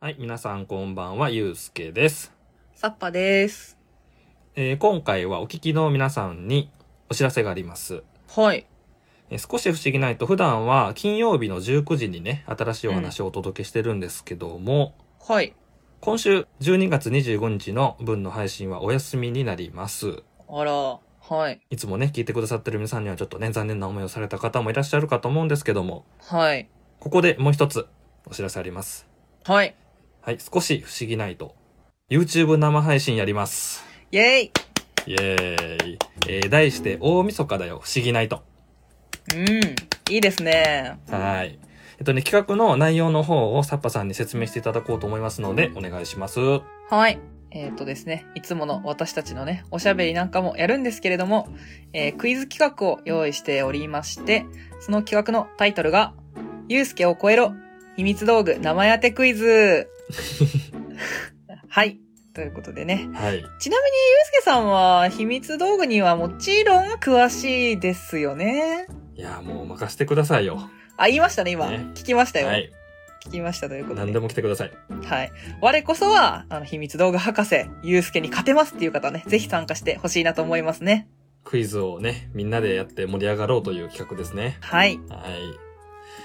はい、皆さんこんばんは、ゆうすけです、サッパです。えー今回はお聞きの皆さんにお知らせがあります。はい。えー少し不思議ないと、普段は金曜日の19時にね、新しいお話をお届けしてるんですけども、はい。今週12月25日の分の配信はお休みになります。あら。はい。いつもね、聞いてくださってる皆さんにはちょっとね、残念な思いをされた方もいらっしゃるかと思うんですけども、はい。ここでもう一つお知らせあります。はい。はい、少し不思議ないと、YouTube 生配信やります。イェイイエーイ。えー題して、大晦日だよ、不思議ないと。うん。いいですね。はい。えっとね、企画の内容の方をサッパさんに説明していただこうと思いますので、お願いします。ははい。えっ、とですね、いつもの私たちのね、おしゃべりなんかもやるんですけれども、えークイズ企画を用意しておりまして、その企画のタイトルが、ゆうすけを超えろ秘密道具名前当てクイ ズはい。ということでね、い。ちなみに、ゆうすけさんは、秘密道具にはもちろん詳しいですよね。いやー、もう任せてくださいよ。あ、言いましたね、今。ね聞きましたよ、はい。聞きましたということで。何でも来てください。はい。我こそは、あの、秘密道具博士、ゆうすけに勝てますっていう方はね、ぜひ参加してほしいなと思いますね。クイズをね、みんなでやって盛り上がろうという企画ですね。はい。はい。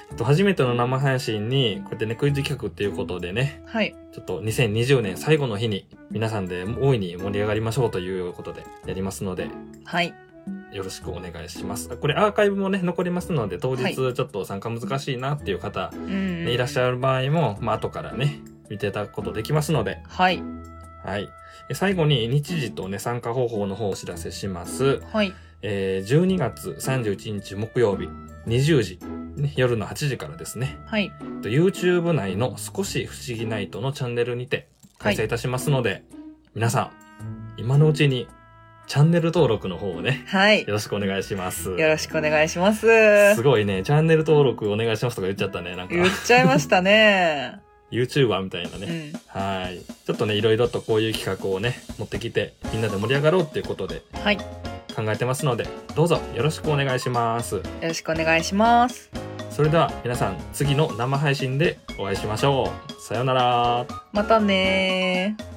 えっと、初めての生配信に、こうやってね、クイズ企画っていうことでね、はい。ちょっと2020年最後の日に、皆さんで大いに盛り上がりましょうということで、やりますので、はい。よろしくお願いします。これアーカイブもね、残りますので、当は日いちょっと参加難しいなっていう方、うねんい、らっしゃゃる場合も、まあ、後からね、見ていただくことできますので、はい。はい。え最後に日時とね、参加方法の方をお知らせします。はい。えー12月31日木曜日、20時、ね夜の8時からですね、はい。えっと YouTube 内の少し不思議ナイトのチャンネルにて開催いたしますので、皆さん、今のうちにチャンネル登録の方をね、はい。よろしくお願いします。よろしくお願いします。すごいね、チャンネル登録お願いしますとか言っちゃったね。なんか、言っちゃいましたね。 YouTuber みたいなうね。ん。はい。ちょっとね、いろいろとこういう企画をね、持ってきて、みんなで盛り上がろうっていうことではい。よ考えてますので、どうぞよろしくお願いします。ろしくお願いします。それでは皆さん、次の生配信でお会いしましょう。さようなら。またねー。